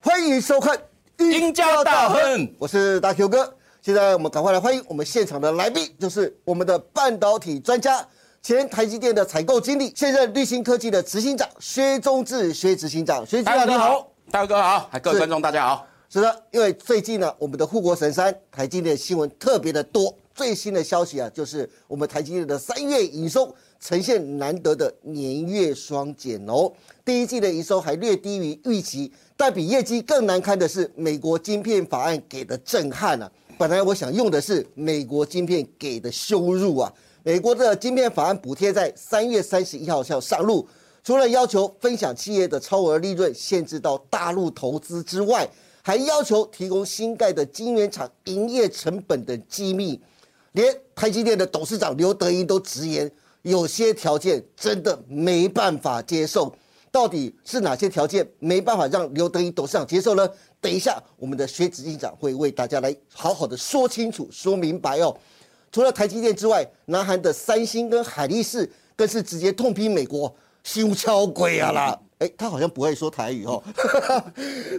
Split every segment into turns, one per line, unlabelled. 欢迎收看《
赢家大亨》，
我是大 Q 哥。现在我们赶快来欢迎我们现场的来宾，就是我们的半导体专家、前台积电的采购经理，现任立新科技的执行长薛中志，薛执行长，薛执行
大
长
哥
你好。
好，大哥好，各
是
位观众大家好。
是的，因为最近呢，我们的护国神山台积电新闻特别的多。最新的消息啊，就是我们台积电的三月营收呈现难得的年月双减哦。第一季的营收还略低于预期，但比业绩更难堪的是美国晶片法案给的震撼啊。本来我想用的是美国晶片给的羞辱啊。美国的晶片法案补贴在三月三十一号要上路，除了要求分享企业的超额利润限制到大陆投资之外，还要求提供新盖的晶圆厂营业成本等机密。连台积电的董事长刘德英都直言，有些条件真的没办法接受。到底是哪些条件没办法让刘德英董事长接受呢？等一下，我们的薛执行长会为大家来好好的说清楚、说明白哦。除了台积电之外，南韩的三星跟海力士更是直接痛批美国修敲鬼啊啦！哎，他好像不会说台语哦。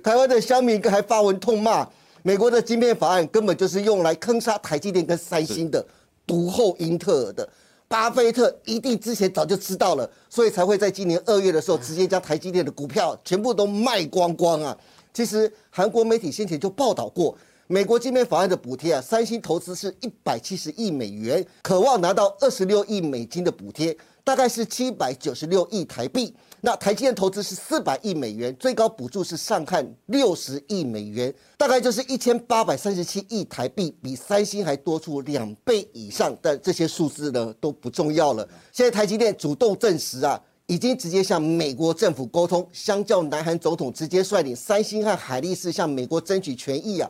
台湾的乡民还发文痛骂美国的晶片法案根本就是用来坑杀台积电跟三星的，独后英特尔的。巴菲特一定之前早就知道了，所以才会在今年二月的时候直接将台积电的股票全部都卖光光啊！其实韩国媒体先前就报道过，美国晶片法案的补贴啊，三星投资是一百七十亿美元，渴望拿到二十六亿美金的补贴，大概是七百九十六亿台币。那台积电投资是四百亿美元，最高补助是上看六十亿美元，大概就是一千八百三十七亿台币，比三星还多出两倍以上。但这些数字呢都不重要了。现在台积电主动证实啊，已经直接向美国政府沟通，相较南韩总统直接率领三星和海力士向美国争取权益啊，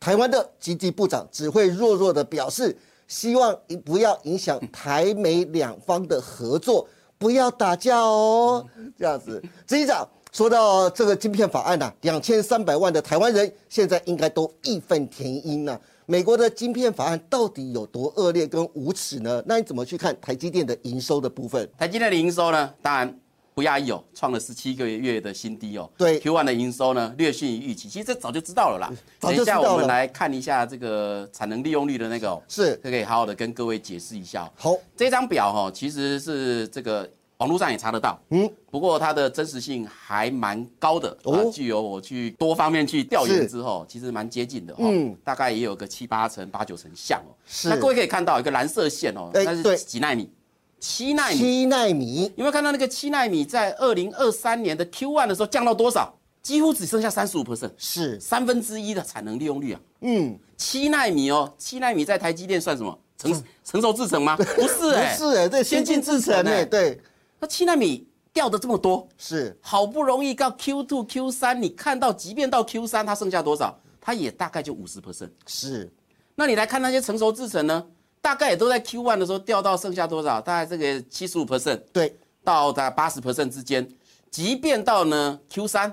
台湾的经济部长只会弱弱的表示，希望不要影响台美两方的合作，不要打架哦，这样子。执行长说到这个晶片法案呐、啊，两千三百万的台湾人现在应该都义愤填膺呐、啊美国的晶片法案到底有多恶劣跟无耻呢？那你怎么去看台积电的营收的部分？
台积电的营收呢，当然不亚于哦，创了十七个月的新低哦。
对
，Q1 的营收呢略逊于预期，其实这早就知道了啦。
早
等
就
一
知道
下
了
我们来看一下这个产能利用率的那个、哦，
是
这可以好好的跟各位解释一下、哦。
好，
这张表哈、哦，其实是这个网络上也查得到，嗯，不过它的真实性还蛮高的，
哦
哦、具有我去多方面去调研
是
之后，其实蛮接近的哈、
嗯
大概也有个七八成、八九成像哦。
是
那各位可以看到一个蓝色线哦，
哎
那
对
是几纳米？七纳米。
七纳米，
有没有看到那个七纳米在二零二三年的 Q one 的时候降到多少？几乎只剩下三十五 percent，
是
三分之一的产能利用率啊！
嗯，
七纳米哦，七纳米在台积电算什么？成成熟制程吗？不是 哎、
不是哎、对，先进制程哎、
欸。
对，
那七纳米掉的这么多，
是
好不容易到 Q two Q 三，你看到即便到 Q 三，它剩下多少？它也大概就五十 percent。
是，
那你来看那些成熟制程呢，大概也都在 Q one 的时候掉到剩下多少？大概这个七十五 percent。
对，
到达八十 percent 之间，即便到呢 Q 三，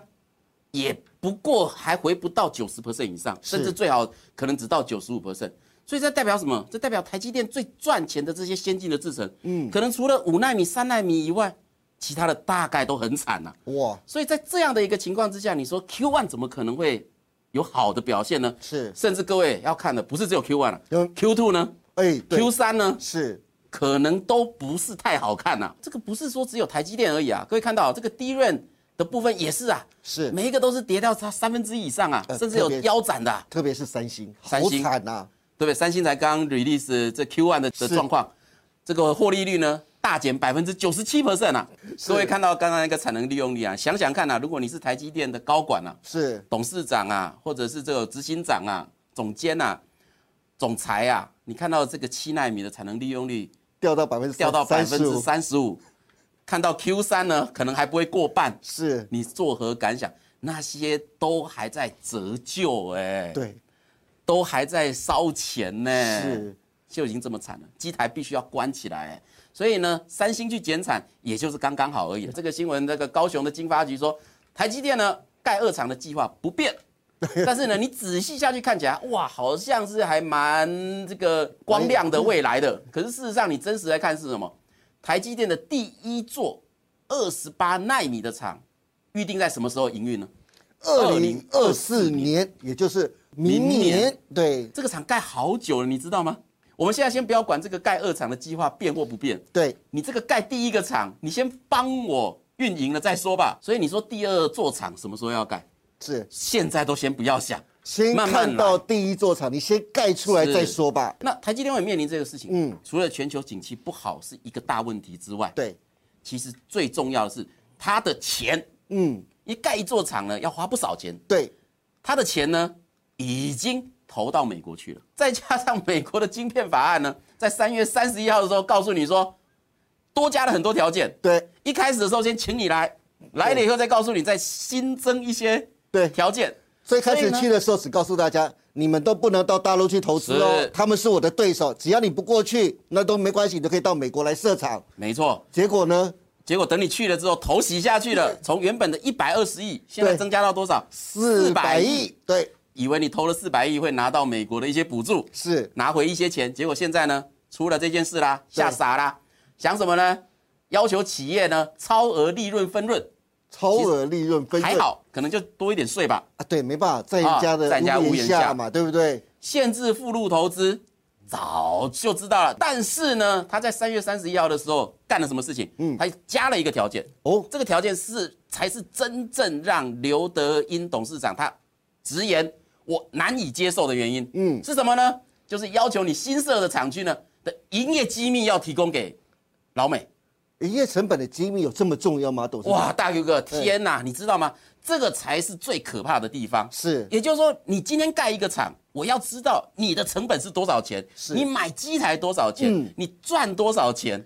也不过还回不到九十 percent 以上，
是
甚至最好可能只到九十五 percent。所以这代表什么？这代表台积电最赚钱的这些先进的制程，嗯，可能除了五纳米、三纳米以外，其他的大概都很惨呐、啊
哇，
所以在这样的一个情况之下，你说 Q one 怎么可能会有好的表现呢？
是
甚至各位要看的不是只有 Q one 了、
有
q two 呢
哎、对
，Q 三呢，
是
可能都不是太好看呐、这个不是说只有台积电而已啊，各位看到这个低润的部分也是啊，
是
每一个都是跌到它三分之一以上啊，
呃
甚至有腰斩的啊、
特别是三星，好
三星
惨啊呐、
对不对？三星才刚 release 这 Q1 的
是
的状况，这个获利率呢大减百分之九十七 percent 啊，各位看到刚刚那个产能利用率啊，想想看啊，如果你是台积电的高管啊，
是
董事长啊，或者是这个执行长啊、总监啊、总裁啊，你看到这个七纳米的产能利用率
掉到百分之
掉到百分之
35%
三十五，看到 Q 三呢，可能还不会过半，
是，
你作何感想？那些都还在折旧哎、
对，
都还在烧钱呢、
是
就已经这么惨了，机台必须要关起来、哎所以呢，三星去减产也就是刚刚好而已。这个新闻，那个高雄的经发局说，台积电呢盖二厂的计划不变。但是呢，你仔细下去看起来，哇，好像是还蛮这个光亮的未来的。可是事实上，你真实来看是什么？台积电的第一座二十八纳米的厂，预定在什么时候营运呢？
二零二四年，也就是明
明
年
年。
对
这个厂盖好久了，你知道吗？我们现在先不要管这个盖二厂的计划变或不变，
对，
你这个盖第一个厂，你先帮我运营了再说吧。所以你说第二座厂什么时候要盖？
是
现在都先不要想，
先
慢慢
看到
来
第一座厂，你先盖出来
是
再说吧。
那台积电会面临这个事情，
嗯
嗯，除了全球景气不好是一个大问题之外，
对，
其实最重要的是它的钱，
嗯，
一盖一座厂呢要花不少钱，
对，
它的钱呢已经投到美国去了，再加上美国的晶片法案呢，在三月三十一号的时候告诉你说，多加了很多条件，
对，
一开始的时候先请你来，来了以后再告诉你再新增一些
对
条件。
最开
所
始
以呢
去的时候只告诉大家，你们都不能到大陆去投资哦
是，
他们是我的对手，只要你不过去，那都没关系，你就可以到美国来设厂。
没错，
结果呢，
结果等你去了之后，头洗下去了，从原本的一百二十亿，现在
对
增加到多少？
四百亿，，对，
以为你投了四百亿会拿到美国的一些补助，
是
拿回一些钱，结果现在呢，出了这件事啦，
对
吓傻啦，想什么呢？要求企业呢超额利润分润，
超额利润分
还
润
好，可能就多一点税吧，
啊，对，没办法，在
啊
人家的
在人家
屋
屋
檐
檐
下
下
嘛，对不对？
限制附录投资，早就知道了。但是呢，他在三月三十一号的时候干了什么事情？嗯，他加了一个条件，
哦，
这个条件是才是真正让刘德英董事长他直言我难以接受的原因。
嗯
嗯，是什么呢？就是要求你新设的厂区呢的营业机密要提供给老美。
营业成本的机密有这么重要吗？董事长，
哇，大 Q 哥，天哪，你知道吗？这个才是最可怕的地方。
是
也就是说，你今天盖一个厂，我要知道你的成本是多少钱，
是
你买机台多少钱，
嗯
你赚多少钱。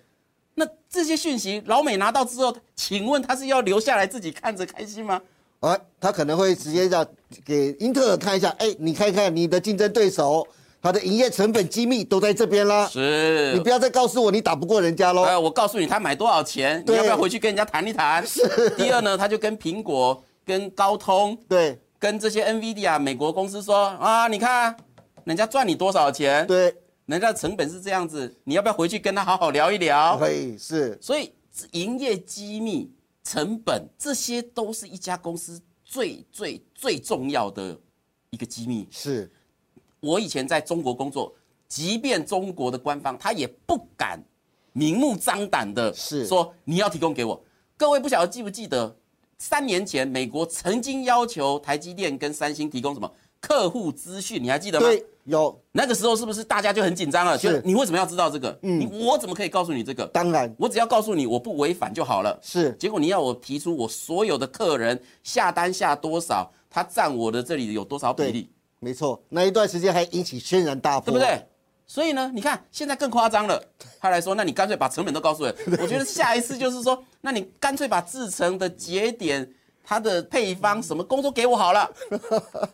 那这些讯息，老美拿到之后，请问他是要留下来自己看着开心吗？
哎，他可能会直接让给英特尔看一下，哎，你看看你的竞争对手，他的营业成本机密都在这边啦，
是
你不要再告诉我你打不过人家喽。
呃，我告诉你他买多少钱，你
对
要不要回去跟人家谈一谈？第二呢，他就跟苹果、跟高通、
对
跟这些 NVIDIA 美国公司说啊，你看人家赚你多少钱，
对，
人家的成本是这样子，你要不要回去跟他好好聊一聊？
可以是
所以营业机密、成本这些都是一家公司最最最重要的一个机密。
是，
我以前在中国工作，即便中国的官方他也不敢明目张胆的
是
说你要提供给我。各位不晓得记不记得，三年前美国曾经要求台积电跟三星提供什么客户资讯，你还记得吗？
对，有
那个时候是不是大家就很紧张了？
是嗯
觉得你为什么要知道这个？你我怎么可以告诉你这个？
当然
我只要告诉你我不违反就好了。
是
结果你要我提出我所有的客人下单下多少，他占我的这里有多少比例
对，，没错，那一段时间还引起轩然大波，
对不对？？所以呢，你看现在更夸张了，他来说，那你干脆把成本都 告诉我。我觉得下一次就是说，那你干脆把制成的节点、它的配方什么工作给我 好了，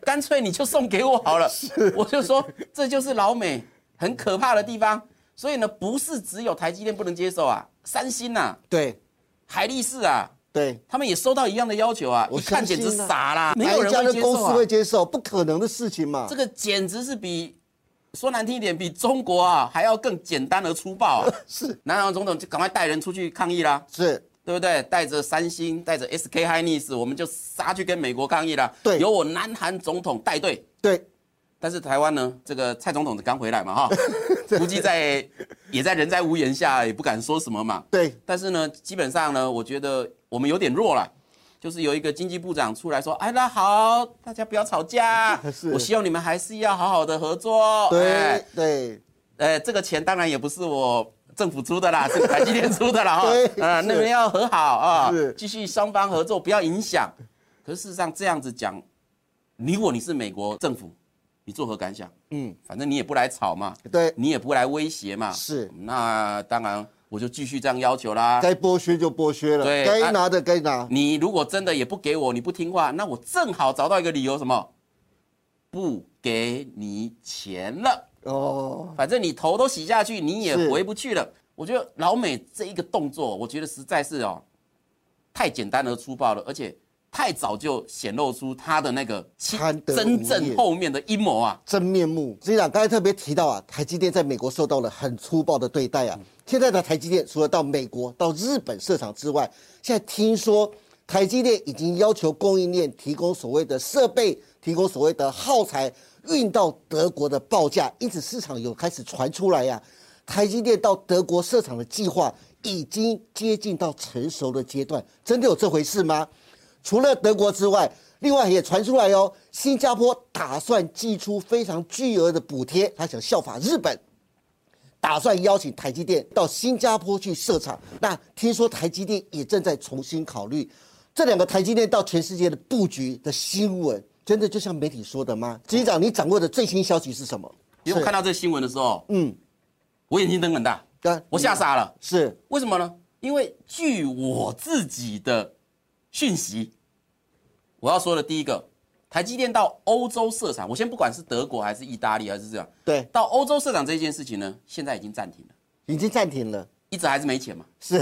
干脆你就送给我好了。我就说这就是老美很可怕的地方。所以呢，不是只有台积电不能接受啊，三星啊、
对
海力士啊，
对，
他们也收到一样的要求啊，
我
一
相
看
信
简
啊
直傻啦，没
哪
有
一
人
家
会
的
接
公
受
司
啊
会。接受？不可能的事情嘛
这。个简直是比说难听一点，比中国啊还要更简单而粗暴啊！
是
南洋总统就赶快带人出去抗议啦，
是，
对不对？带着三星，带着 SK Hynix，我们就杀去跟美国抗议啦。
对
由我南韩总统带队。
对，
但是台湾呢，这个蔡总统刚回来嘛，哈，估计在也在人在屋檐下，也不敢说什么嘛。
对，
但是呢，基本上呢，我觉得我们有点弱了，就是有一个经济部长出来说：“哎，那好，大家不要吵架
是，
我希望你们还是要好好的合作。”
对
哎，
对，
呃，这个钱当然也不是我政府出 的啦，是台积电出的啦哈
对。
啊，
是
那边要和好啊
是，
继续双方合作，不要影响。可是事实上这样子讲，如果你是美国政府，你作何感想？
嗯，
反正你也不来吵嘛，
对，
你也不来威胁嘛。
是
那当然，我就继续这样要求啦。
该剥削就剥削了，
对
该
啊
拿的该拿，
你如果真的也不给我，你不听话，那我正好找到一个理由，什么？不给你钱了，
哦，
反正你头都洗下去，你也
是
回不去了。我觉得老美这一个动作，我觉得实在是哦，太简单而粗暴了，而且太早就显露出他的那个其
贪得无厌
真正后面的阴谋啊。
真面目。执行长刚才特别提到啊，台积电在美国受到了很粗暴的对待啊。现在的台积电除了到美国、到日本设厂之外，现在听说台积电已经要求供应链提供所谓的设备，提供所谓的耗材，运到德国的报价，因此市场有开始传出来呀、台积电到德国设厂的计划已经接近到成熟的阶段，真的有这回事吗？除了德国之外，另外也传出来哦，新加坡打算寄出非常巨额的补贴，他想效法日本，打算邀请台积电到新加坡去设厂。那听说台积电也正在重新考虑这两个台积电到全世界的布局的新闻，真的就像媒体说的吗？执行长，你掌握的最新消息是什么？
其实我看到这个新闻的时候，嗯，我眼睛瞪很大，
对
我吓傻了。
是
为什么呢？因为据我自己的讯息，我要说的第一个，台积电到欧洲设厂，我先不管是德国还是意大利还是这样，
对，
到欧洲设厂这件事情呢，现在已经暂停了，
已经暂停了，
一直还是没钱嘛，
是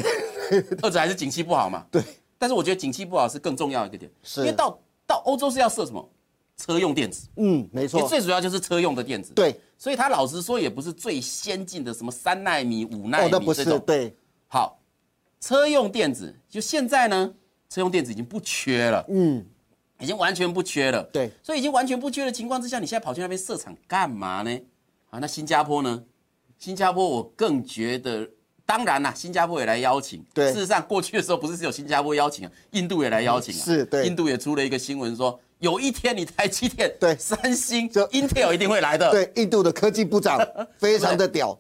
二者还是景气不好嘛。
对，
但是我觉得景气不好是更重要一个点，
是
因为到到欧洲是要设什么车用电子，
嗯，没
其实
错，
最主要就是车用的电子。，
对，
所以它老实说也不是最先进的什么三纳米、五纳
哦，那
米
不
这
是
种，
对，
好，车用电子就现在呢，车用电子已经不缺了，
嗯，
已经完全不缺了。
对，
所以已经完全不缺的情况之下，你现在跑去那边设厂干嘛呢？啊，那新加坡呢？新加坡我更觉得，当然啦，新加坡也来邀请。
对
事实上过去的时候不是只有新加坡邀请啊，印度也来邀请啊。
嗯是对
印度也出了一个新闻说，有一天你台积电、
对
三星、
就
Intel 一定会来 的。
对，印度的科技部长非常的屌，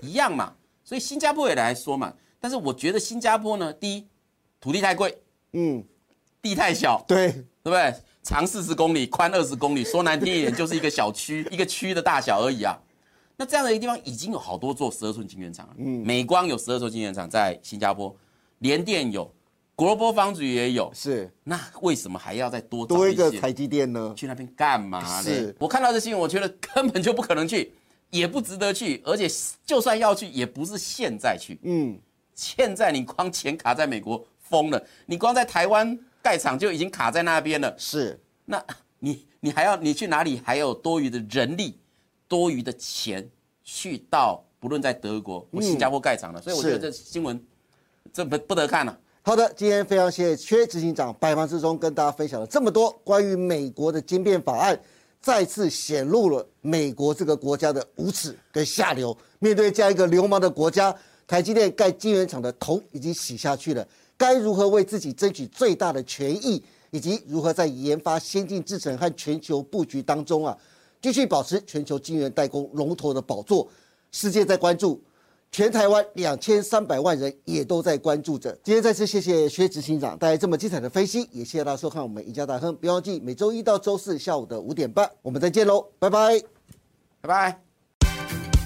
一样嘛。所以新加坡也来说嘛，但是我觉得新加坡呢，第一，土地太贵，
嗯，
地太小，
对，
对不对？长四十公里，宽二十公里，说难听一点，就是一个小区， 一个区的大小而已啊。那这样的一个地方已经有好多座十二寸晶圆厂了，嗯，美光有十二座晶圆厂在新加坡，联电有，Global Foundry 也有，
是
那为什么还要再多找
多一个
些
台积电呢？
去那边干嘛呢
是？
我看到这新闻，我觉得根本就不可能去，也不值得去，而且就算要去，也不是现在去。
嗯，
现在你光钱卡在美国疯了，你光在台湾盖厂就已经卡在那边了，
是
那你你还要你去哪里还有多余的人力、多余的钱去到不论在德国
嗯
或新加坡盖厂了？所以我觉得
是
这新闻这不不得看了、
好的，今天非常谢谢缺执行长百忙之中跟大家分享了这么多关于美国的晶片法案，再次显露了美国这个国家的无耻跟下流。面对这样一个流氓的国家，台积电盖晶圆厂的头已经洗下去了，该如何为自己争取最大的权益，以及如何在研发先进制程和全球布局当中啊，继续保持全球晶圆代工龙头的宝座，世界在关注。全台湾两千三百万人也都在关注着。今天再次谢谢薛执行长带来这么精彩的分析，也谢谢大家收看我们赢家大亨。不要忘记每周一到周四下午的五点半，我们再见喽，拜拜。
拜拜。